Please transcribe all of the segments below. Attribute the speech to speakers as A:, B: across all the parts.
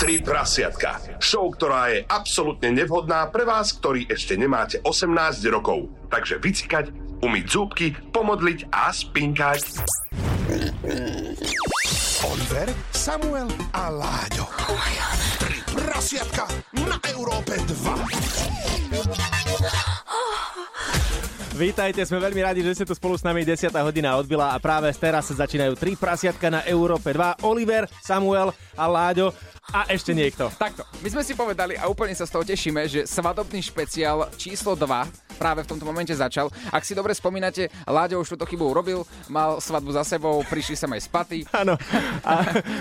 A: Tri prasiatka. Show, ktorá je absolútne nevhodná pre vás, ktorí ešte nemáte 18 rokov. Takže vycikať, umyť zúbky, pomodliť a spinkať.
B: Oliver, Samuel a Láďo. Tri prasiatka na Európe 2.
C: Vítajte, sme veľmi radi, že ste tu spolu s nami 10. hodina odbila a práve teraz sa začínajú tri prasiatka na Európe 2. Oliver, Samuel a Láďo a ešte niekto.
D: Takto, my sme si povedali a úplne sa z toho tešíme, že svadobný špeciál číslo 2 práve v tomto momente začal. Ak si dobre spomínate, Láďo už túto chybu urobil, mal svadbu za sebou, prišli sem aj spaty.
C: Áno, a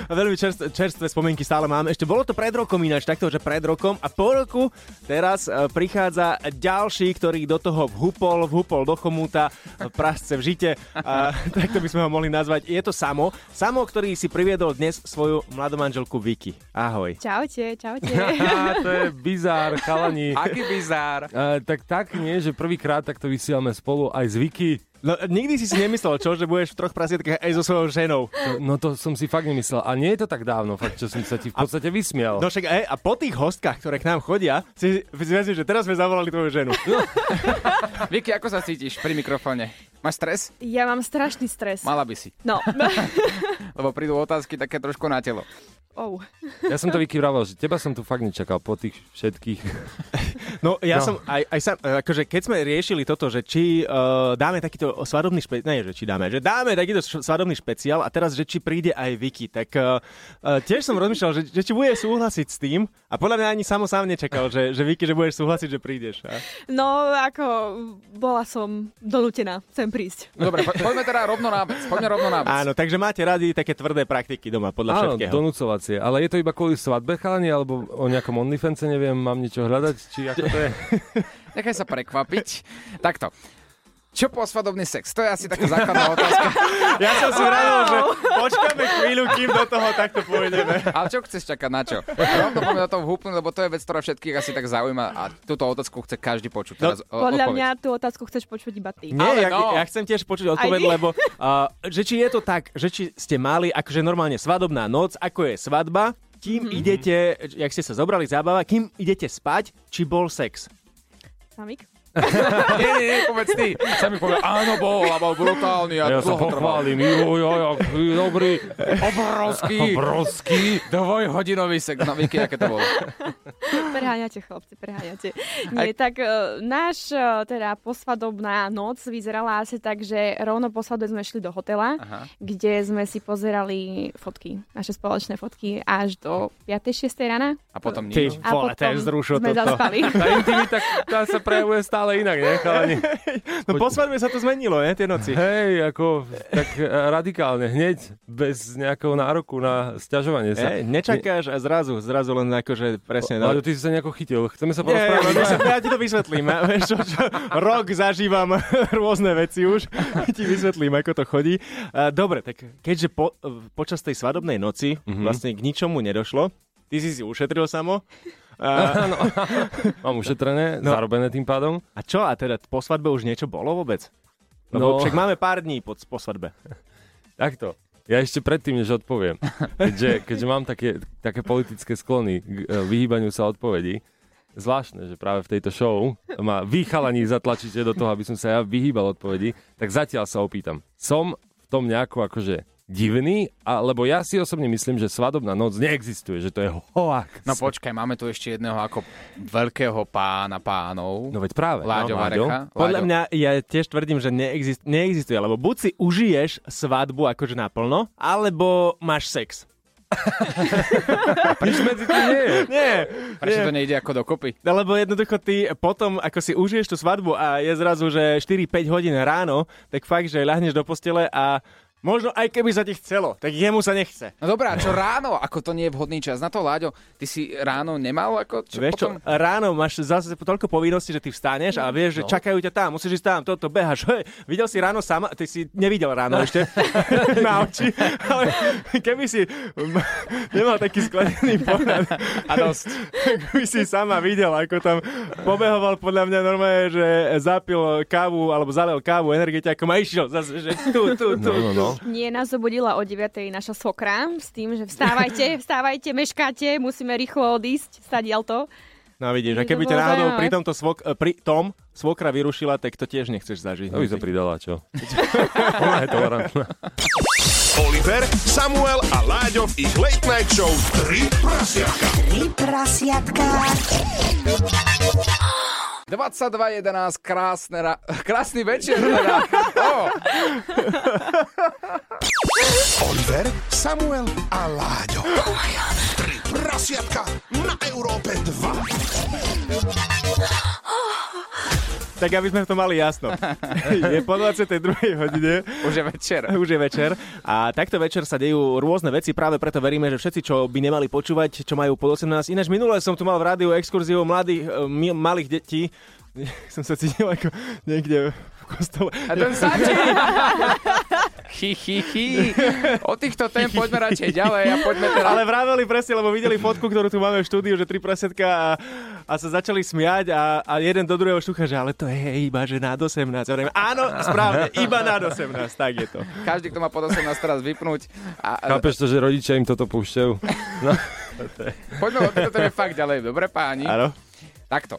C: a veľmi čerstvé, čerstvé spomienky stále mám. Ešte bolo to pred rokom ináč, takto, že pred rokom a po roku teraz e, prichádza ďalší, ktorý do toho vhupol, vhupol do chomúta, v prasce v žite, a, takto by sme ho mohli nazvať. Je to Samo, Samo, ktorý si priviedol dnes svoju mladú manželku Vicky. Ahoj.
E: Čaute, čaute.
F: Á, to je bizár, chalani.
D: Aký bizár.
F: Uh, tak tak nie, že prvýkrát takto vysielame spolu aj zvyky.
C: No, nikdy si si nemyslel, čo, že budeš v troch prasietkách aj so svojou ženou.
F: No to som si fakt nemyslel. A nie je to tak dávno, fakt, čo som sa ti v podstate vysmial.
C: No však aj, a po tých hostkách, ktoré k nám chodia, si, si myslím, že teraz sme zavolali tvoju ženu.
F: No.
D: Vicky, ako sa cítiš pri mikrofóne? Máš stres?
E: Ja mám strašný stres.
D: Mala by si,
E: No,
D: lebo prídu otázky také trošku na telo.
E: oh.
F: Ja som to vykyvrával, že teba som tu fakt nečakal po tých všetkých.
C: No ja no.
F: No.
C: som, aj, aj sa, akože keď sme riešili toto, že či uh, dáme takýto svadobný špeciál, nie, že či dáme, že dáme takýto š- svadobný špeciál a teraz, že či príde aj Vicky, tak uh, uh, tiež som rozmýšľal, že, že či bude súhlasiť s tým a podľa mňa ani samo sám nečakal, že, že Vicky, že budeš súhlasiť, že prídeš. A?
E: No, ako bola som donútená sem prísť.
D: No Dobre, po- poďme teda rovno na vec. Poďme rovno na vec.
C: Áno, takže máte radi také tvrdé praktiky doma, podľa
F: Áno,
C: všetkého.
F: donúcovacie. Ale je to iba kvôli svadbe, chalani, alebo o nejakom OnlyFance, neviem, mám niečo hľadať, či ako to je.
D: Nechaj sa prekvapiť. Takto. Čo posvadobný sex? To je asi taká základná otázka.
C: Ja som si vravil, že počkáme chvíľu, kým do toho takto pôjdeme.
D: Ale čo chceš čakať na čo? Rovno poďme do toho húpnuť, lebo to je vec, ktorá všetkých asi tak zaujíma a túto otázku chce každý počuť. Teraz o-
E: No, Podľa
D: odpoveď.
E: mňa tú otázku chceš počuť iba ty.
C: Nie,
D: Ale
C: ja,
D: no.
C: ja chcem tiež počuť odpoveď,
E: Aj ty?
C: lebo uh, že či je to tak, že či ste mali akože normálne svadobná noc, ako je svadba, kým
E: Mhm.
C: mm-hmm. idete, jak ste sa zobrali zábava, kým idete spať, či bol sex.
E: Samik?
D: Nie, nie, nie, povedz ty. Sa mi povie, áno, bol, a bol brutálny a
F: Ja sa
D: dlho trval.
F: pochválim, jo, jo, jo, dobrý,
D: Obrovský,
F: obrovský.
D: dvojhodinový sex. No, Vicky, aké to bolo?
E: Preháňate, chlapci, preháňate. Nie, tak e, náš e, teda posvadobná noc vyzerala asi tak, že rovno po svadbe sme šli do hotela,
D: Aha.
E: kde sme si pozerali fotky, naše spoločné fotky až do 5. 6. rana.
D: A potom
C: Ty
D: nič.
E: A
C: vole,
E: potom
C: ten zrušil
E: sme
C: toto.
E: zaspali.
F: Tá intimita, tá sa prejavuje stále inak, ne, chalani?
C: No po svadbe sa to zmenilo, ne, tie noci.
F: Hej, ako tak eh, radikálne, hneď, bez nejakého nároku na sťažovanie sa.
C: Hej, nečakáš a zrazu, zrazu len akože presne.
F: Ale
C: No,
F: ty si sa nejako chytil. Chceme sa
C: Nie,
F: porozprávať.
C: ja, ja ti to vysvetlím. Ja, vieš, čo, čo, rok zažívam rôzne veci už. ti vysvetlím, ako to chodí. A, Dobre, tak keďže po, eh, počas tej svadobnej noci
F: Mhm.
C: mm-hmm. vlastne k ničomu nedošlo, ty si si ušetril samo. A,
F: Áno. Mám ušetrené,
C: No.
F: zarobené tým pádom.
C: a čo, a teda po svadbe už niečo bolo vôbec? Lebo no.
F: No.
C: však máme pár dní po, po svadbe.
F: Takto. Ja ešte predtým, než odpoviem, keďže, keďže mám také, také politické sklony k eh, vyhýbaniu sa odpovedí, zvláštne, že práve v tejto show ma vy chalani zatlačíte do toho, aby som sa ja vyhýbal odpovedi, tak zatiaľ sa opýtam. Som v tom nejako akože divný, alebo ja si osobne myslím, že svadobná noc neexistuje, že to je hoax.
D: No počkaj, máme tu ešte jedného ako veľkého pána pánov.
F: no veď práve.
D: Láďo Varecha.
C: Podľa
D: Láďo.
C: mňa, ja tiež tvrdím, že neexist, neexistuje, lebo buď si užiješ svadbu akože naplno, alebo máš sex.
F: Nič medzi tým nie je.
C: Nie,
D: Prečo to nejde ako dokopy?
C: No, Lebo jednoducho ty potom, ako si užiješ tú svadbu a je zrazu, že 4-5 hodín ráno, tak fakt, že ľahneš do postele a možno aj keby sa ti chcelo, tak jemu sa nechce.
D: No dobrá, čo ráno? Ako to nie je vhodný čas na to, Láďo? Ty si ráno nemal ako
C: Čo
D: čo
C: vieš
D: potom?
C: čo, ráno máš zase toľko povinností, že ty vstaneš a vieš,
F: No.
C: že čakajú ťa tam, musíš ísť tam, toto, behaš, hej, videl si ráno sama, ty si nevidel
F: No.
C: ráno ešte na oči, ale keby si m- nemal taký sklenený pohľad,
D: A dosť.
C: keby si sama videl, ako tam pobehoval podľa mňa normálne, že zapil kávu, alebo zalil kávu energetiakom a išiel zase, že tu, tu, tu,
F: No, no, no. no.
E: Nie, nás zobudila o 9. naša sokra s tým, že vstávajte, vstávajte, meškáte, musíme rýchlo odísť, stadial to.
C: No vidíš, a
E: To
C: keby ťa
E: bolo
C: náhodou
E: zaujímavé.
C: pri, tomto svok, eh, pri tom svokra vyrušila, tak to tiež nechceš zažiť.
F: To by sa pridala, čo? Ona je tolerantná.
B: Oliver, Samuel a Láďo v ich Late Night Show 3 prasiatka.
G: Tri prasiatka.
D: 22.11, krásne ra- krásny večer. Teda. Oh,
B: Oliver, Samuel a Láďo. Tri prasiatka na Európe 2.
C: Tak aby sme v tom mali jasno. je po 22. hodine.
D: už je večer.
C: Už je večer. A takto večer sa dejú rôzne veci, práve preto veríme, že všetci, čo by nemali počúvať, čo majú pod 18. Ináč minule som tu mal v rádiu exkurziu mladých, e, mi- malých detí. som sa cítil ako niekde v kostole.
D: A ten stačí. Chi, chi, chi. O týchto tém poďme radšej ďalej a poďme teda- teraz...
C: Ale vraveli presne, lebo videli fotku, ktorú tu máme v štúdiu, že tri prasiatka a, a sa začali smiať a, a jeden do druhého šucha, že ale to je iba, že nad 18. Ja hovorím, áno, správne, iba nad 18, tak je to.
D: Každý, kto má pod 18 teraz vypnúť. A,
F: Chápeš to, že rodičia im toto púšťajú? No,
D: poďme od tejto téme fakt ďalej, dobre páni?
C: Áno.
D: Takto.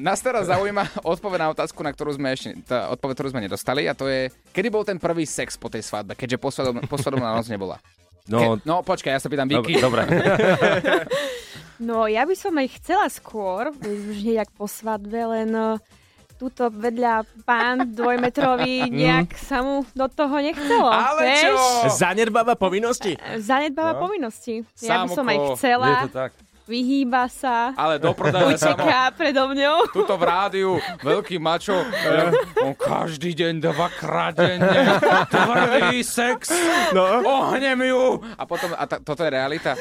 D: Nás teraz zaujíma odpoveď na otázku, na ktorú sme ešte, tá odpoveď, ktorú sme nedostali a to je, kedy bol ten prvý sex po tej svadbe, keďže posvadobná, posvadobná noc nebola.
F: no,
D: Ke, no počkaj, ja sa pýtam
F: dobre,
D: Vicky.
F: dobre.
E: No, ja by som aj chcela skôr, už nejak po svadbe, len eh, tuto vedľa pán dvojmetrový nejak sa mu do toho nechcelo.
D: Ale
E: No, vieš?
D: čo?
C: Zanedbáva povinnosti.
E: Zanedbáva no. povinnosti. Ja by som aj
D: Sámoko,
E: chcela,
F: Je to tak.
E: vyhýba sa,
D: Ale do prodaja samo.
E: uteká predo mňou.
D: Tuto v rádiu, veľký mačo, eh, on každý deň dvakrát denne, tvrdý sex,
C: No.
D: ohnem ju. A potom, a ta, toto je realita.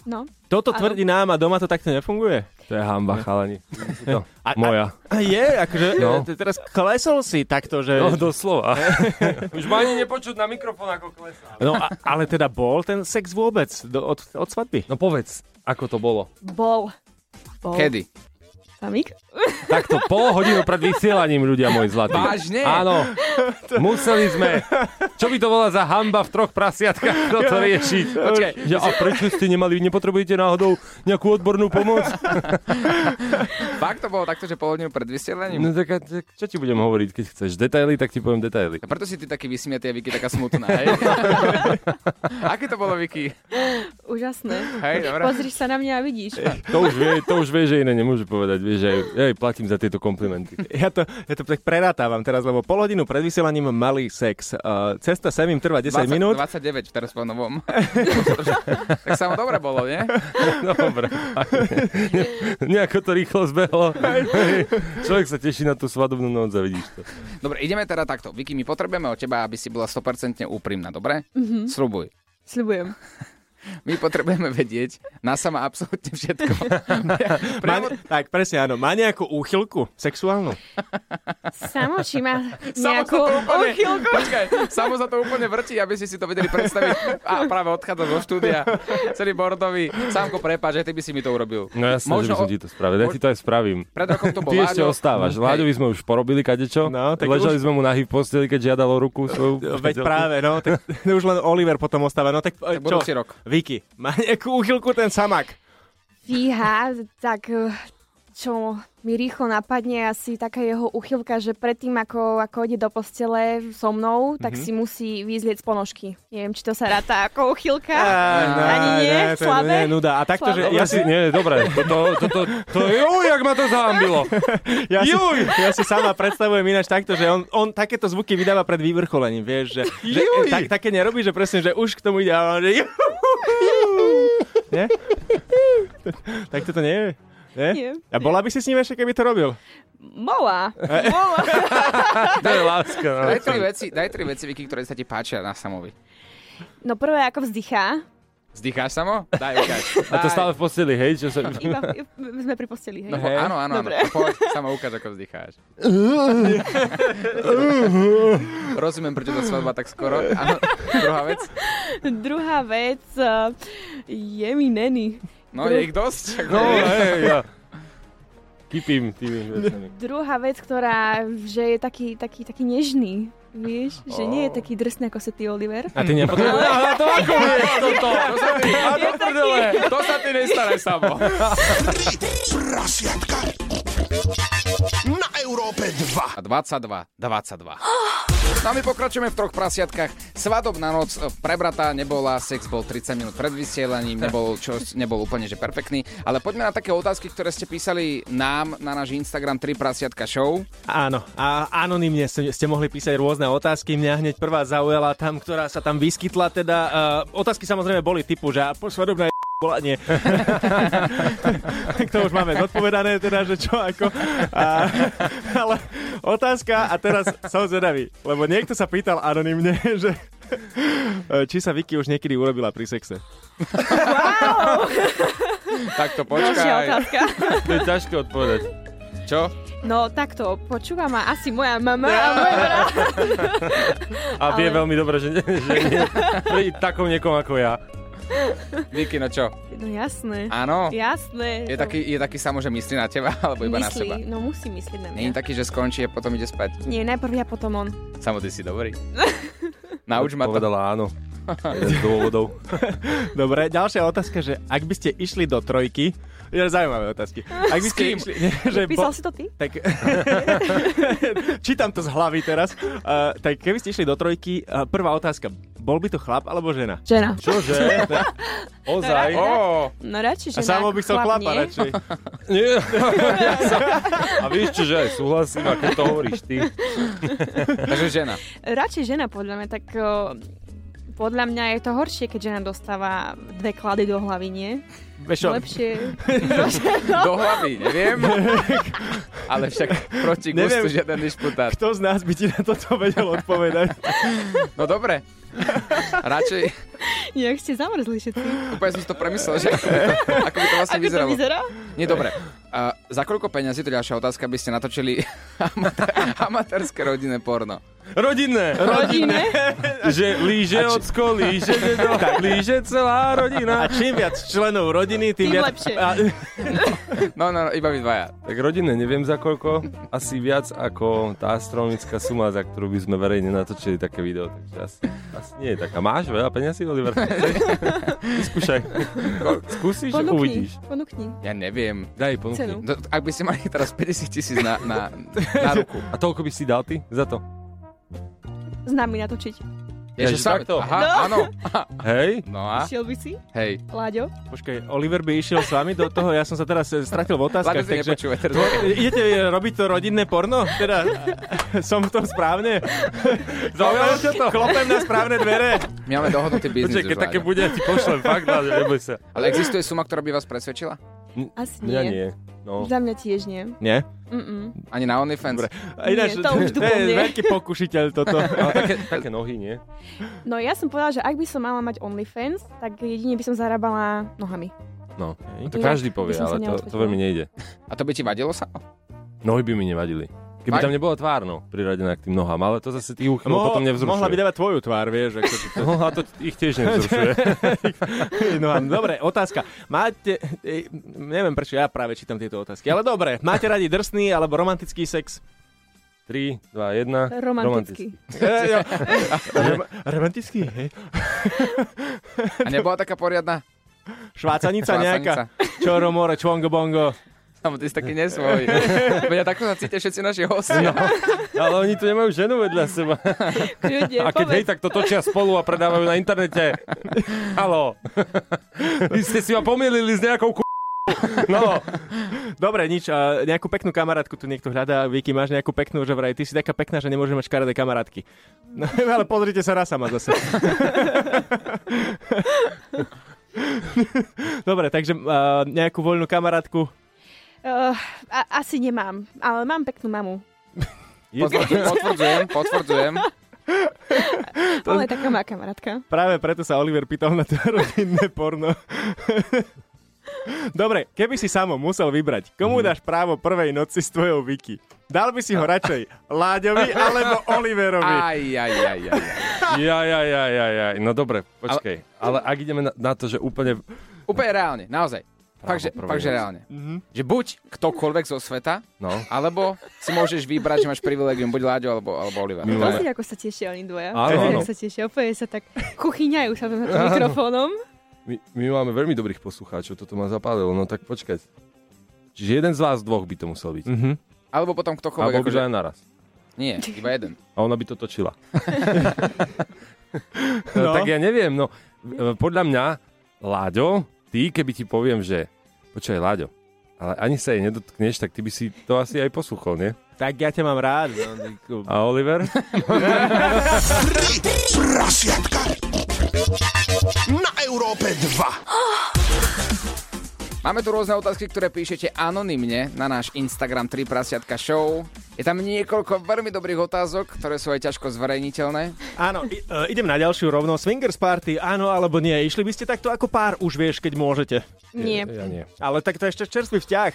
E: No.
C: Toto
E: Áno.
C: tvrdí nám a doma to takto nefunguje. No.
F: To je hamba, chalani. To,
C: A-
F: moja.
C: A je, akože
F: No.
C: t- teraz klesol si takto, že...
F: No, doslova. Už ma ani nepočuť na mikrofón, ako klesá.
C: No, a, ale teda bol ten sex vôbec do, od, od svadby?
F: No povedz, ako to bolo?
E: Bol. Bol.
D: Kedy?
E: Samík?
F: Takto pol hodinu pred vysielaním, ľudia moji zlatí.
D: Vážne?
F: Áno, museli sme. Čo by to bola za hamba v troch prasiatkách toto riešiť?
D: Počkaj.
F: Ja, a prečo ste nemali, nepotrebujete náhodou nejakú odbornú pomoc?
D: Fakt to bolo takto, že pol hodinu pred vysielaním?
F: No tak, a- tak čo ti budem hovoriť, keď chceš detaily, tak ti poviem detaily.
D: A preto si ty taký vysmiatý a Vicky taká smutná, hej? Aké to bolo, Vicky?
E: Úžasné.
D: Hej, dobre.
E: Pozri sa na mňa a vidíš.
F: To už vie, to už vie že iné nemôže povedať, vie, že ja jej platím za tieto komplimenty.
C: Ja to, ja to tak prerátávam teraz, lebo pol hodinu pred vysielaním mali sex. Uh, cesta sem im trvá 10 minút.
D: 29, teraz po novom. tak sa mu dobre bolo, nie?
F: Dobre. Ne, nejako to rýchlo zbehlo. Človek sa teší na tú svadobnú noc a vidíš to.
D: Dobre, ideme teda takto. Vicky, my potrebujeme od teba, aby si bola 100% úprimná, dobre? Sľubuj.
E: Sľubujem.
D: My potrebujeme vedieť na sama absolútne všetko.
C: Má, tak, presne áno. Má nejakú úchylku sexuálnu?
E: Samo, či má
D: Samo sa
E: nejakú
D: to úplne,
E: uchylku?
D: počkaj, samo sa to úplne vrti, aby ste si to vedeli predstaviť. A práve odchádza zo štúdia, celý bordový. Sámko, prepáč, aj ty by si mi to urobil.
F: No jasne, že by
D: o-
F: som ti to spravil. Ja ti to aj spravím.
D: Pred rokom to bol
F: Ty ešte
D: Láďo.
F: ostávaš.
D: Hej.
F: Láďovi sme už porobili kadečo.
C: No, tak
F: Ležali sme mu nahý v posteli, keď žiadalo ruku svoju.
C: Veď práve, no. Tak, už len Oliver potom ostáva. No tak, e,
D: Tak
C: čo?
D: budúci rok.
C: Vicky, má nejakú úchylku ten samak?
E: Fíha, tak eh, čo mi rýchlo napadne asi taká jeho uchylka, že predtým, ako, ako ide do postele so mnou, tak si musí vyzliec z ponožky. Neviem, či to sa ráta ako uchylka. Ani nie,
C: to je-
E: slabé.
C: nie, nuda. A takto, že
E: Slabé.
C: ja
F: Ja
C: si,
F: si, nie, dobre, toto, toto, to, juj, jak ma to zahambilo.
C: ja, si,
F: Juj!
C: ja si sama predstavujem ináč takto, že on, on takéto zvuky vydáva pred vyvrcholením, vieš, že, že e,
F: Juj!
C: tak, také nerobí, že presne, že už k tomu ide a on, že Nie? Tak toto nie je. Nie?
E: Nie.
C: A bola by si s ním ešte, keby to robil?
E: Bola. Bola.
F: To je láska. No.
D: Daj tri veci, daj tri veci, Vicky, ktoré sa ti páčia na Samovi.
E: No prvé, ako vzdychá.
D: Zdýcháš Samo? Daj, ukáž.
F: A to stále v posteli, hej? Čo sa...
E: Iba sme pri posteli, hej.
D: No, po, áno, áno, áno. Poď, Samo, ukáž, ako vzdycháš. Rozumiem, prečo tá svadba tak skoro. Áno, druhá vec.
E: Druhá vec eh, je mi neni.
D: No, je ich dosť.
F: No, hej, ja. Kipím tými vecami.
E: Druhá vec, ktorá, že je taký, taký, taký nežný. Vieš, že nie je taký drsný, ako sa ty, Oliver.
F: A ty nepotrebuješ? Ale to ako vieš toto? To sa ty, a to prdele.
D: To sa ty nestaraj samo.
B: Prasiatka na Európe 2.
D: A 22, 22. No a my pokračujeme v troch prasiatkách. Svadobná noc e, prebratá nebola, sex bol 30 minút pred vysielaním, nebol, čo, nebol úplne že perfektný. Ale poďme na také otázky, ktoré ste písali nám na náš Instagram 3 prasiatka show.
C: Áno, a anonymne ste, ste mohli písať rôzne otázky. Mňa hneď prvá zaujala tam, ktorá sa tam vyskytla. Teda uh, otázky samozrejme boli typu, že a po svadobné volanie. tak to už máme zodpovedané, teda, že čo ako. A, ale otázka, a teraz som zvedavý, lebo niekto sa pýtal anonymne, že eh, či sa Vicky už niekedy urobila pri sexe.
D: Tak to
E: Ďalšia
D: počkaj.
E: otázka.
F: To je ťažké odpovedať.
D: Čo?
E: No takto, počúva ma asi moja mama a môj brat.
F: A vie
E: Ale-
F: veľmi dobre, že, nie, že nie, pri takom niekom ako ja.
D: Vicky, no čo?
E: No jasné,
D: Áno?
E: jasné.
D: Je
E: No,
D: taký, je taký samo, že myslí na teba, alebo iba na
E: myslí,
D: seba.
E: no musí myslieť na
D: Není
E: mňa.
D: taký, že skončí a potom ide spať.
E: Nie, najprv ja, potom on.
D: Samo ty si dobrý. Nauč ma to.
F: Povedala áno. Jeden z dôvodov.
C: Dobre, ďalšia otázka, že ak by ste išli do trojky, ja zaujímavé otázky. Ak by
D: S
C: ste
D: kým?
C: išli, že
E: Písal si to ty?
C: tak čítam to z hlavy teraz. Uh, tak keby ste išli do trojky, uh, prvá otázka, bol by to chlap alebo žena?
E: Žena.
F: Čože? Ozaj?
D: Ó,
E: No
C: A
E: radšej žena.
C: samo by
E: ako
C: chcel
E: chlap,
C: chlapa
E: nie?
C: radšej.
F: Nie. Ja sa- A vieš čo, že aj súhlasím, a keď to hovoríš ty.
D: takže žena.
E: Radšej žena, podľa mňa, tak o, podľa mňa je to horšie, keď žena dostáva dve klady do hlavy, nie?
C: Vieš čo,
E: Lepšie.
D: Do hlavy, neviem. Ale však proti
C: Neviem.
D: gustu žiaden disputát.
C: kto z nás by ti na toto vedel odpovedať?
D: No dobre. Radšej,
E: Jak ste zamrzli všetci.
D: úplne som si to premyslel, že ako by to, ako by to vlastne
E: Ako to
D: vyzeralo.
E: vyzerá?
D: Nie, dobre. A za koľko peňazí, to je ďalšia otázka, by ste natočili amat- amatérske rodinné porno?
F: Rodinné!
E: Rodine?
F: Že líže ocko, líže dedo, líže celá
C: A
F: rodina.
C: čím viac členov rodiny, tým,
E: Tým
C: viac...
E: lepšie.
C: A,
D: No, no, no, iba vy dvaja.
F: Tak rodinné neviem za koľko, asi viac ako tá astronomická suma, za ktorú by sme verejne natočili také video. Takže asi, asi nie je taká. Máš veľa peniazy, Oliver? Vyskúšaj. Skúsiš,
E: Ponúkni,
F: uvidíš.
E: ponúkni.
D: Ja neviem.
F: Daj, ponúkni.
E: Cenu.
D: No, Ak by ste mali teraz 50 tisíc na, na, na ruku.
F: A toľko by si dal ty za to?
E: S nami natočiť.
F: Ja, že
D: sám-
F: takto?
D: Aha, áno.
F: Hej?
D: No a?
E: Šiel by si,
D: Hej.
E: Láďo?
C: počkaj, Oliver by išiel s vami do toho, ja som sa teraz eh, stratil v
D: Láďo
C: otázkach,
D: to
C: takže...
D: nepočúva teraz.
C: Idete eh, robiť to rodinné porno? Teda, som v tom správne? Zaujalo ťa to? Klopem na správne dvere.
D: My máme dohodnutý biznis
F: Počkaj,
D: už,
F: keď také
D: Láďo.
F: bude, ja ti pošlem fakt, ale neboj sa.
D: Ale existuje suma, ktorá by vás presvedčila?
E: Asi
F: Mňa
E: nie.
F: nie. No.
E: Za mňa tiež nie.
C: Nie?
E: Mm-mm.
D: Ani na OnlyFans?
C: Dobre. A Ináč,
E: Nie, to už
C: to je
E: dupom nie.
C: veľký pokušiteľ toto.
F: Ale také, také nohy, nie?
E: No ja som povedala, že ak by som mala mať OnlyFans, tak jedine by som zarábala nohami.
F: No, to
E: Inak
F: každý
E: by
F: povie,
E: som sa
F: ale to, to
E: neodvážila.
F: veľmi nejde.
D: A to by ti vadilo sa?
F: Nohy by mi nevadili. Keby
D: Fakt?
F: tam nebola tvár, no, priradená k tým nohám, ale to zase tých úchylov
C: Mohla-
F: potom nevzrušuje.
C: Mohla by dávať tvoju tvár, vieš. Ako ty to...
F: No, a to ich tiež nevzrušuje.
C: no, a- dobre, otázka. Máte, e, neviem prečo ja práve čítam tieto otázky, ale dobre, máte radi drsný alebo romantický sex?
F: 3, 2, 1.
E: Romantický.
C: E, jo. Rom- romantický? hej.
D: A nebola taká poriadna?
C: Švácanica nejaká?
D: Švácanica.
C: Čoro more, čvongo bongo.
D: Samo ty si taký nesvoj. Veď ja takto sa cítia všetci naši hostia. No.
F: Ale oni tu nemajú ženu vedľa seba.
E: Ľudie,
F: A keď hej,
E: povedz.
F: tak to točia spolu a predávajú na internete. Halo. Vy ste si ma pomielili s nejakou ku... No,
C: Dobre, nič, a nejakú peknú kamarátku tu niekto hľadá. Vicky, máš nejakú peknú, že vraj, ty si taká pekná, že nemôžeš mať škaredé kamarátky. No, ale pozrite sa na sama zase. Dobre, takže uh, nejakú voľnú kamarátku.
E: Eh, a- asi nemám, ale mám peknú mamu.
D: Potvrdzujem, potvrdzujem.
E: Ona je taká moja kamarátka.
C: Práve preto sa Oliver pýtal na to rodinné porno. Dobre, keby si samo musel vybrať, komu dáš právo prvej noci s tvojou Vicky? Dal by si ho radšej Láďovi alebo Oliverovi?
D: Aj, aj, aj, aj. aj.
F: ja, ja, ja, ja, ja. No dobre, počkej. Ale, ale ak ideme na, na to, že úplne
D: Úplne reálne, naozaj. Fakt, že, fakt, že reálne. Že buď ktokoľvek zo sveta,
F: No.
D: alebo si môžeš vybrať, že máš privilegium buď Láďo alebo, alebo Oliver. To je-
F: Milé. Áno.
E: Pozri, ako sa tešia oni dvaja.
F: Áno,
E: Pozri,
F: áno.
E: ako sa tešia. Opäť sa tak kuchyňajú sa pred mikrofónom.
F: My, my máme veľmi dobrých poslucháčov, toto ma zapálilo, no tak počkať. Čiže jeden z vás dvoch by to musel byť.
C: Mhm.
D: Alebo potom ktokoľvek.
F: Alebo
D: akože,
F: Mm. akože aj naraz.
D: Nie, iba jeden.
F: A ona by to točila. no. Tak ja neviem, no e, podľa mňa, Láďo, ty, keby ti poviem, že počkaj, Láďo, ale ani sa jej nedotkneš, tak ty by si to asi aj posluchol, nie?
C: Tak ja ťa mám rád. no, Diku.
F: A Oliver?
B: Prasiatka. Na Európe 2.
D: Máme tu rôzne otázky, ktoré píšete anonymne na náš Instagram 3 prasiatka show. Je tam niekoľko veľmi dobrých otázok, ktoré sú aj ťažko zverejniteľné.
C: Áno, i, e, idem na ďalšiu rovno. Swingers party, áno alebo nie. Išli by ste takto ako pár, už vieš, keď môžete.
E: Nie.
F: Ja nie.
C: Ale tak to je ešte čerstvý vzťah.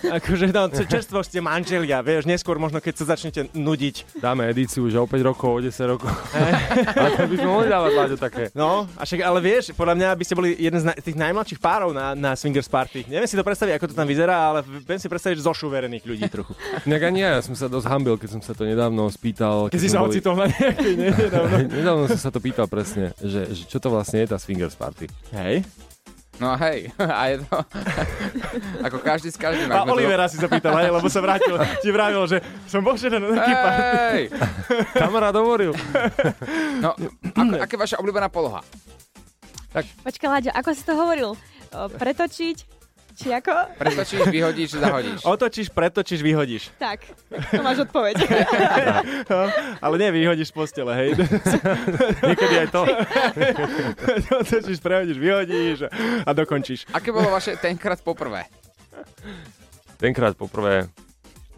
C: Akože no, č- čerstvo ste manželia, vieš, neskôr možno keď sa začnete nudiť.
F: Dáme edíciu, že o 5 rokov, o 10 rokov. ale to by sme mohli dávať, Láďo, také.
C: No, a však, ale vieš, podľa mňa by ste boli jeden z na- tých najmladších párov na, na swingers party. Neviem si to predstaviť, ako to tam vyzerá, ale viem si predstaviť zošuverených ľudí trochu.
F: Inak ani ja, ja som sa dosť hambil, keď som sa to nedávno spýtal.
C: Keď si
F: sme
C: sa
F: boli-
C: ocitol na nejakej, nie? no. Nedávno.
F: Nedávno som sa to pýtal presne, že, že čo to vlastne je tá swingers party.
C: Hej.
D: No a hej, a je to... Ako každý s každým.
C: A
D: ak sme to-
C: Olivera si zapýtal, hej, lebo sa vrátil, ti vravil, že som božený na taký pár.
D: Hej!
F: Kamarát hovoril.
D: No, ako, aká je vaša obľúbená poloha?
E: Počkaj, Láďo, ako si to hovoril? O, Pretočiť? Či ako?
D: Pretočíš, vyhodíš, zahodíš.
C: Otočíš, pretočíš, vyhodíš.
E: Tak, to máš odpoveď.
C: Ale nie, vyhodíš z postele, hej.
F: Niekedy aj to.
C: Otočíš, prehodíš, vyhodíš a- a dokončíš.
D: Aké bolo vaše tenkrát poprvé?
F: Tenkrát poprvé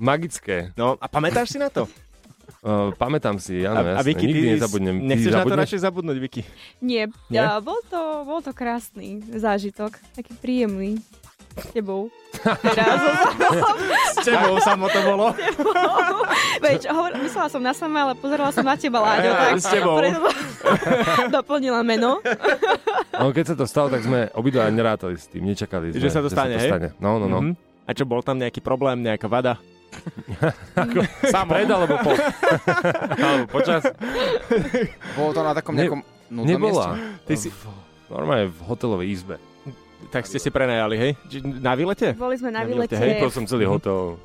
F: magické.
C: No a pamätáš si na to?
F: Uh, pamätám si, áno,
C: a, a
F: jasné.
C: Vicky,
F: Nikdy
C: ty
F: nezabudnem. Ty
C: nechceš na to
F: zabudneš?
C: radšej zabudnúť, Vicky.
E: Nie,
F: Nie?
E: A, bol, to, bol to krásny zážitok. Taký príjemný. S tebou. Teraz.
C: S tebou samo to bolo.
E: Veď, hovor, myslela som na sama, ale pozerala som na teba, Láďo.
C: Ja,
E: Tak
C: s tebou.
E: preto- doplnila meno.
F: No, keď sa to stalo, tak sme obidva nerátali s tým, nečakali sme,
C: Že sa to stane, hej?
F: No, no, no.
C: Mhm. A čo, bol tam nejaký problém, nejaká vada?
F: Samo. Pred alebo po. alebo počas.
D: Bolo to na takom
F: Ne-
D: nejakom nudnom
F: Nebola.
D: mieste?
C: Ty si-
F: V, normálne v hotelovej izbe.
C: Tak ste si prenajali, hej? Či- Na výlete?
E: Boli sme
C: Na
E: na
C: výlete,
E: výlete.
C: hej,
F: Vypil som
C: Mhm.
F: celý hotel.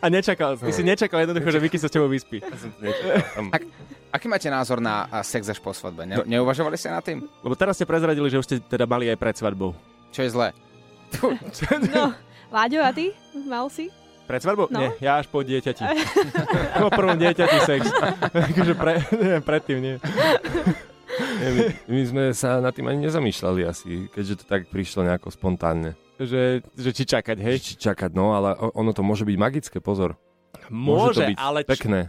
C: A nečakal, ty si nečakal jednoducho, že Vicky sa s tebou vyspí.
F: Tam-
D: Aký máte názor na a, sex až po svadbe?
C: No.
D: Ne, neuvažovali ste nad tým?
C: Lebo teraz ste prezradili, že už ste teda mali aj pred svadbou.
D: Čo je zlé?
E: No, Láďo, a ty? Mal si?
C: Pred svadbou?
E: No.
C: Nie, ja až po dieťati. po prvom dieťati sex. Takže pre, neviem, predtým nie.
F: Nie, my, my sme sa nad tým ani nezamýšľali asi, keďže to tak prišlo nejako spontánne.
C: Že, že či čakať, hej?
F: Hej. Či čakať, no, ale o- ono to môže byť magické, pozor.
C: Môže,
F: to byť
C: ale č-
F: pekné.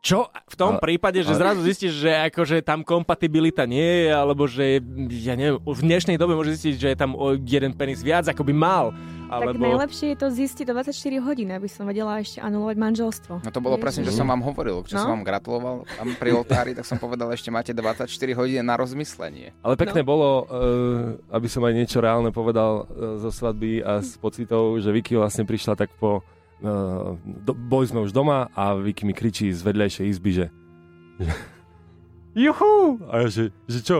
C: Čo v tom
F: Ale-
C: prípade, že
F: ale-
C: zrazu zistíš, že akože tam kompatibilita nie je, alebo že, ja neviem, v dnešnej dobe môže zistiť, že je tam o jeden penis viac, ako by mal.
E: Tak
C: Alebo...
E: najlepšie je to zistiť do 24 hodín, aby som vedela ešte anulovať manželstvo.
D: No to bolo presne, čo som vám hovoril. Čo
E: No.
D: som vám gratuloval tam pri oltári, tak som povedal, ešte máte 24 hodín na rozmyslenie.
F: Ale pekné no. bolo, uh, aby som aj niečo reálne povedal uh, zo svadby a s pocitov, že Vicky vlastne prišla tak po... Uh, do, boli sme už doma a Vicky mi kričí z vedľajšej izby, že... Juhu! A ja že, že čo?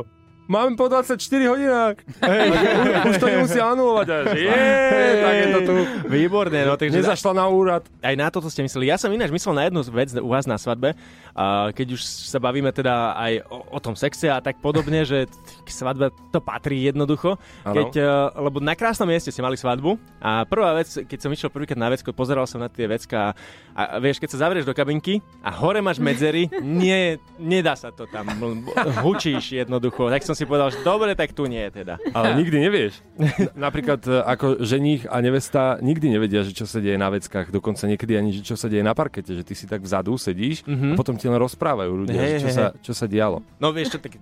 F: Máme po 24 hodinách. Hey. e, Už to nemusia anulovať. A ja že, je, tak je to tu.
C: Výborné, no takže
F: Nezašla na úrad.
C: aj na toto ste mysleli. Ja som ináč myslel na jednu vec u vás na svadbe, a keď už sa bavíme teda aj o, o tom sexe a tak podobne, že t- k svadbe to patrí jednoducho.
F: Áno.
C: Keď, e, lebo na krásnom mieste ste mali svadbu a prvá vec, keď som išiel prvýkrát na vecko, pozeral som na tie vecka a, a vieš, keď sa zavrieš do kabinky a hore máš medzery, nie, nedá sa to tam, l- hučíš jednoducho. Tak som si povedal, že dobre, tak tu nie teda.
F: Ale nikdy nevieš. N- Napríklad e, ako ženích a nevesta nikdy nevedia, že čo sa deje na veckách, dokonca niekedy ani, že čo sa deje na parkete, že ty si tak vzadu sedíš a potom ti len rozprávajú ľudia,
C: Hej,
F: že čo,
C: hej,
F: sa, čo sa dialo.
C: No vieš čo, tak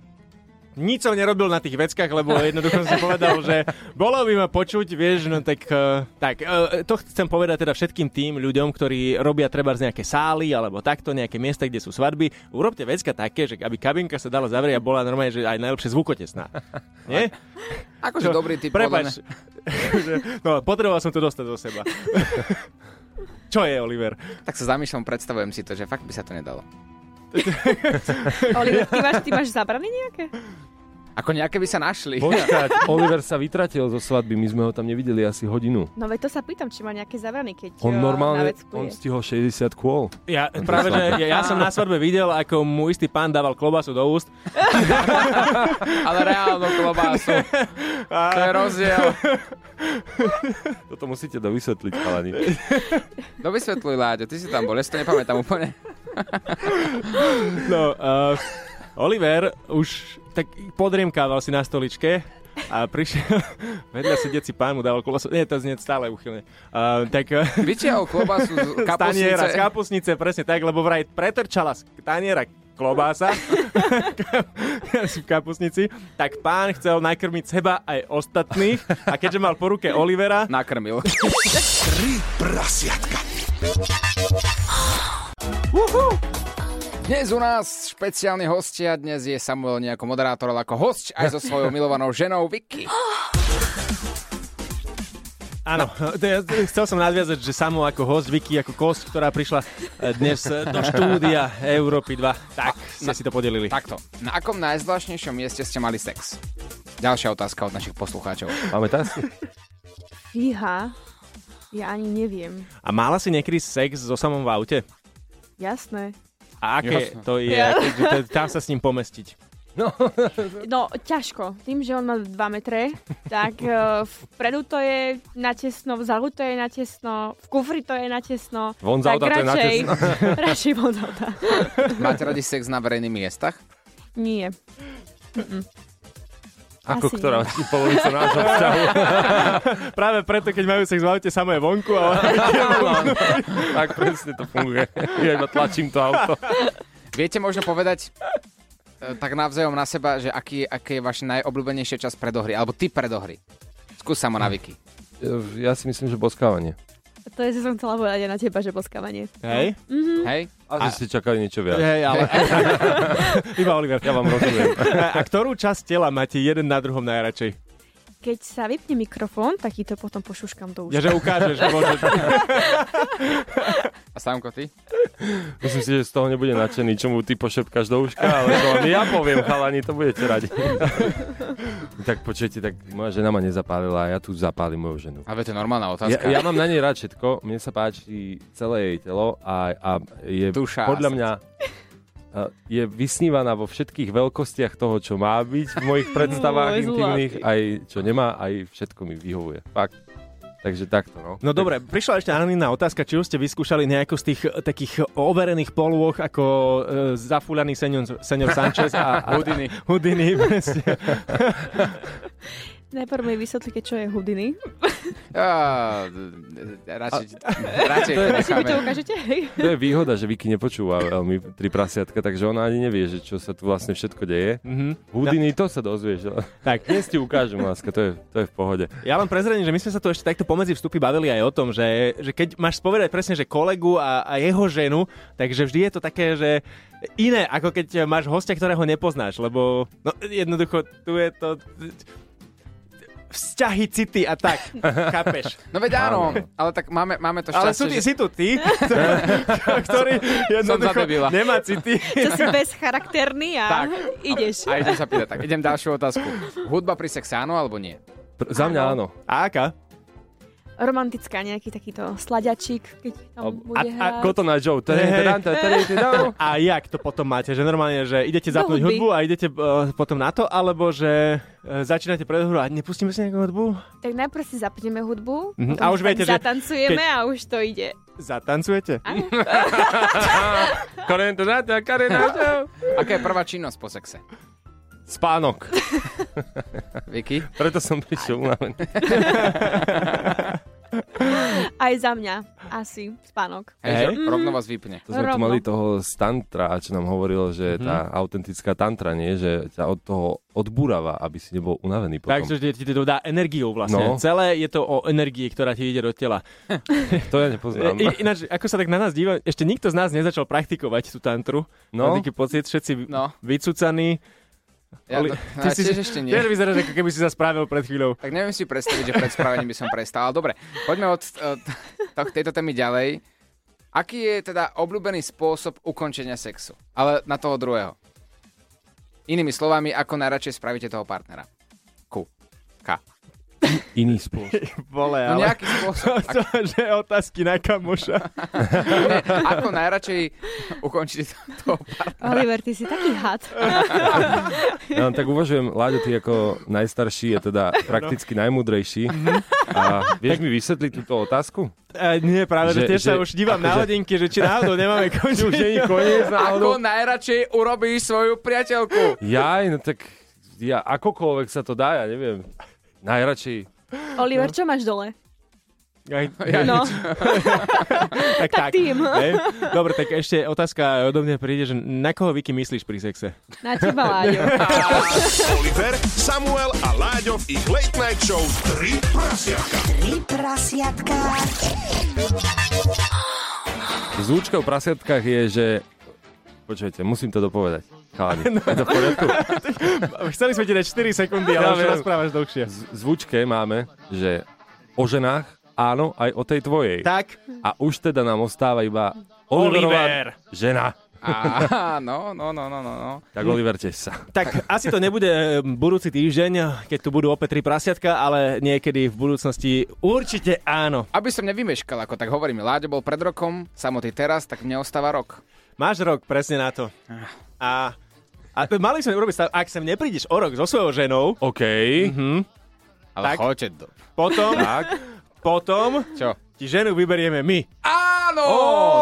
C: nič som nerobil na tých veckách, lebo jednoducho som si povedal, že bolo by ma počuť, vieš, no tak, eh, tak eh, to chcem povedať teda všetkým tým ľuďom, ktorí robia treba z nejaké sály alebo takto, nejaké miesta, kde sú svadby, urobte vecka také, že aby kabinka sa dala zavrieť a bola normálne, že aj najlepšie zvukotesná. Nie?
D: Akože dobrý typ, podľa mňa.
C: Prepač, No, potreboval som to dostať zo seba. Čo je, Oliver?
D: Tak sa zamýšľam, predstavujem si to, že fakt by sa to nedalo.
E: Oliver, ty máš, ty máš zabrany nejaké?
D: Ako nejaké by sa našli.
F: Počkať, Oliver sa vytratil zo svadby, my sme ho tam nevideli asi hodinu.
E: No veď to sa pýtam, či má nejaké zabrany, keď
F: On
E: eh, na
F: normálne,
E: vecku
F: on
E: je.
F: stihol 60 kôl.
C: Ja, práve, že ja, ja som na svadbe videl, ako mu istý pán dával klobasu do úst.
D: Ale reálnu klobásu. To je rozdiel.
F: Toto musíte dovysvetliť, chalani.
D: No vysvetluj, Láďo, ty si tam bol, ja si to nepamätám úplne.
C: No, uh, Oliver už tak podriemkával si na stoličke a prišiel vedľa sediaci pán mu dával klobasu. Nie, to znie stále uchylne. Uh, tak eh,
D: Vytiahol klobásu z
C: z taniera, z
D: kapusnice.
C: kapusnice, presne tak, lebo vraj pretrčala z taniera klobása v kapusnici, tak pán chcel nakrmiť seba aj ostatných a keďže mal po ruke Olivera,
D: Nakrmil.
B: Prasiatka.
D: Dnes u nás špeciálny hostia, dnes je Samuel nejako moderátor, ale ako host aj so svojou milovanou ženou Vicky.
C: Áno, to ja- to chcel som nadviazať, že samo ako host Vicky, ako kost, ktorá prišla eh, dnes eh, do štúdia Európy 2. Tak, ste si to podelili.
D: Takto, na akom najzvláštnejšom mieste ste mali sex? Ďalšia otázka od našich poslucháčov.
F: Pamätáš si?
E: Fíha, ja ani neviem.
C: A mala si niekedy sex so samom v aute?
E: Jasné.
C: A aké
D: Jasné.
C: to je,
E: Ja.
C: keďže to- tam sa s ním pomestiť?
E: No, ťažko. Tým, že on má 2 metre, tak eh, vpredu to je natesno, vzadu to je natesno, v kufri to je natesno.
F: Von z
E: tak
F: auta to je
E: radšej, radšej von z auta.
D: Máte radi sex na verejných miestach?
E: Nie.
F: Ako
E: Asi
F: ktorá
E: nie.
F: ti polovica nášho vzťahu.
C: Práve preto, keď majú sex v aute, samo je vonku, ale
F: tak presne to funguje. Ja iba tlačím to auto.
D: Viete možno povedať e, tak navzájom na seba, že aký, aký je váš najobľúbenejší čas predohry, alebo ty predohry. Skús samo na Vicky.
F: Ja si myslím, že boskávanie.
E: To je, že som chcela povedať aj na teba, že boskávanie.
C: Hej,
D: Hej?
F: Asi ste čakali niečo viac.
C: hej, ale... Iba Oliver.
F: Ja vám rozumiem.
C: A ktorú časť tela máte jeden na druhom najradšej?
E: Keď sa vypne mikrofón, tak ti to potom pošuškam do
C: Ja,
E: uša.
C: že ukážeš, že môžeš...
D: A Sámko, ty?
F: Myslím si, že z toho nebude nadšený, čo mu ty pošepkáš do uška, ale to len ja poviem, chalani, to budete radi. tak počujete, tak moja žena ma nezapálila a ja tu zapálim moju ženu.
D: A to je normálna
F: Ja,
D: otázka.
F: ja mám na nej rád všetko, mne sa páči celé jej telo a, a je
D: Duša a
F: podľa mňa a je vysnívaná vo všetkých veľkostiach toho, čo má byť v mojich predstavách
E: Môj
F: intimných,
E: zlatý.
F: aj čo nemá, aj všetko mi vyhovuje. Fakt. Takže takto, no.
C: No dobre, prišla ešte anonimná otázka, či už ste vyskúšali nejako z tých e, takých overených polôch ako e, zafúľaný senior, senior Sanchez a, a Houdini. Houdini, presne.
E: Najprv mi vysvetlíte, čo je Houdini.
D: Ja, e, radšej, radšej to
E: Radšej mi
D: necháme.
E: to ukážete? Hej.
F: To je výhoda, že Vicky nepočúva veľmi tri prasiatka, takže ona ani nevie, že čo sa tu vlastne všetko deje.
C: Mhm.
F: Houdini, to sa dozvieš.
C: Tak.
F: Dnes ti ukážem, láska, to je, to je v pohode.
C: Ja len prezredím, že my sme sa tu ešte takto pomedzi vstupy bavili aj o tom, že, že keď máš spovedať presne, že kolegu a, a jeho ženu, takže vždy je to také, že iné, ako keď máš hostia, ktorého nepoznáš, lebo no, jednoducho tu je to vzťahy, city a tak, chápeš?
D: No veď áno, ale tak máme, máme to
C: Ale
D: šťastie,
C: sú, ty,
D: že-
C: si tu ty, ktorý jednoducho
D: za debila.
C: nemá city.
E: To si bezcharakterný a
D: Tak.
E: ideš.
D: A idem sa pýtať, tak idem ďalšiu otázku. Hudba pri sexe áno alebo nie?
F: Pr- za mňa áno.
C: A aká?
E: Romantická, nejaký takýto slaďačík, keď tam
F: A,
E: bude
F: a
E: hrať.
F: Cotton Eye Joe. Tadá, tadá, tadá, tadá.
C: No, A jak to potom máte? Že normálne, že idete
E: Do
C: zapnúť
E: hudby.
C: hudbu a idete uh, potom na to, alebo že uh, začínate predhru a nepustíme si nejakú hudbu?
E: Tak najprv si zapneme hudbu,
C: Mhm.
E: potom
C: A už
E: tak
C: viete, že
E: zatancujeme a už to ide.
C: Zatancujete?
F: Karen, tadá, tadá, Karen, tadá.
D: Aká je prvá činnosť po sexe?
F: Spánok.
D: Vicky?
F: Preto som prišiel unavený.
E: Aj za mňa. Asi. Spánok.
D: Hej,
C: Hej.
D: že rovno vás vypne.
F: To sme tu
E: Rovno.
F: mali toho z tantra, čo nám hovoril, že
C: Mhm.
F: tá autentická tantra, nie? Že ťa od toho odburáva, aby si nebol unavený potom.
C: Takže ti ti to dodá energiu vlastne.
F: No.
C: Celé je to o energii, ktorá ti ide do tela. Eh,
F: to ja nepoznám.
C: I, ináč, ako sa tak na nás díva, ešte nikto z nás nezačal praktikovať tú tantru.
F: No.
C: Mám taký pocit, všetci no.
D: No.
C: vycúcaní.
D: Ja,
C: Oli-
D: to, ja
C: si-
D: tiež ešte nie.
C: Tiež vyzeráš, ako keby si sa spravil pred chvíľou.
D: Tak neviem si predstaviť, že pred spravením by som prestal. Ale dobre, poďme od eh, t- to- tejto témy ďalej. Aký je teda obľúbený spôsob ukončenia sexu? Ale na toho druhého. Inými slovami, ako najradšej spravíte toho partnera. Ku. Ka.
F: Iný spôsob.
C: Vole,
D: No
C: ale...
D: nejaký spôsob.
C: To, že otázky na kamoša.
D: Ne, ako najradšej ukončíte to- toho partnera.
H: Oliver, ty si taký had.
F: Ja len tak uvažujem, Láďo, ty ako najstarší je teda prakticky najmudrejší. A vieš mi vysvetliť túto otázku?
C: E, nie, práve, že,
F: Že-
C: tiež sa
F: že-
C: už dívam na
F: akože-
C: hodinky, že či náhodou nemáme koniec. už není koniec.
D: Ako najradšej urobíš svoju priateľku.
F: Jaj, no tak ja akokoľvek sa to dá, ja neviem. Najradšej.
E: Oliver, čo máš dole?
C: no. tak, tak.
E: tým.
C: Hej? Dobre, tak ešte otázka odo mňa príde, že na koho Vicky myslíš pri sexe?
E: Na teba, Láďo.
B: Oliver, Samuel a Láďo v ich Late Night Show 3 prasiatka.
G: Tri prasiatka.
F: Zúčka v prasiatkách je, že... Počujete, musím to dopovedať. Chalani, je to v poriadku?
C: Chceli sme ti dať 4 sekundy,
F: Ja
C: ale už
F: viem.
C: rozprávaš dlhšie.
F: Z- Zvučke máme, že o ženách, áno, aj o tej tvojej.
C: Tak,
F: A už teda nám ostáva iba
C: Oliver.
F: Oliverová žena.
D: Á, no, no, no, no, no. no.
F: Tak Oliver, tiež sa.
C: tak asi to nebude eh, budúci týždeň, keď tu budú opäť tri prasiatka, ale niekedy v budúcnosti určite áno.
D: Aby som nevymeškal, ako tak hovorím, Láďo bol pred rokom, samotný teraz, tak mne ostáva rok.
C: Máš rok presne na to. A, a t- mali sme urobiť, stav, ak sem neprídeš o rok so svojou ženou,
F: OK.
D: Ale
C: Tak.
D: choďte do...
C: potom, potom
D: Čo?
C: ti ženu vyberieme my.
D: Áno!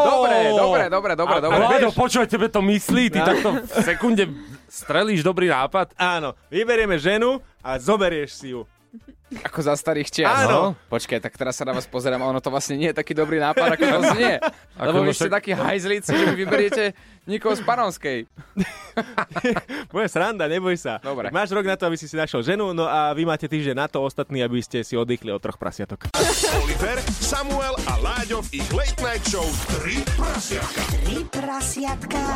D: dobre, dobre, dobre, dobre, dobre.
F: Láďo, počúvaj, tebe to myslí, ty
C: No.
F: takto v sekunde strelíš dobrý nápad.
C: Áno, vyberieme ženu a zoberieš si ju.
D: Ako za starých čias.
C: Áno.
D: No. Počkaj, tak teraz sa na vás pozerám, a ono to vlastne nie je taký dobrý nápad, ako to znie. Lebo vy
F: no
D: ste
F: však-
D: takí hajzlíci, že vy vyberiete niekoho z Panonskej.
C: Bude sranda, neboj sa.
D: Dobre.
C: Tak máš rok na to, aby si si našiel ženu, no a vy máte týždeň na to ostatní, aby ste si oddychli od troch prasiatok.
B: Oliver, Samuel a Láďo v ich Late Night Show 3 prasiatka.
G: Tri prasiatka.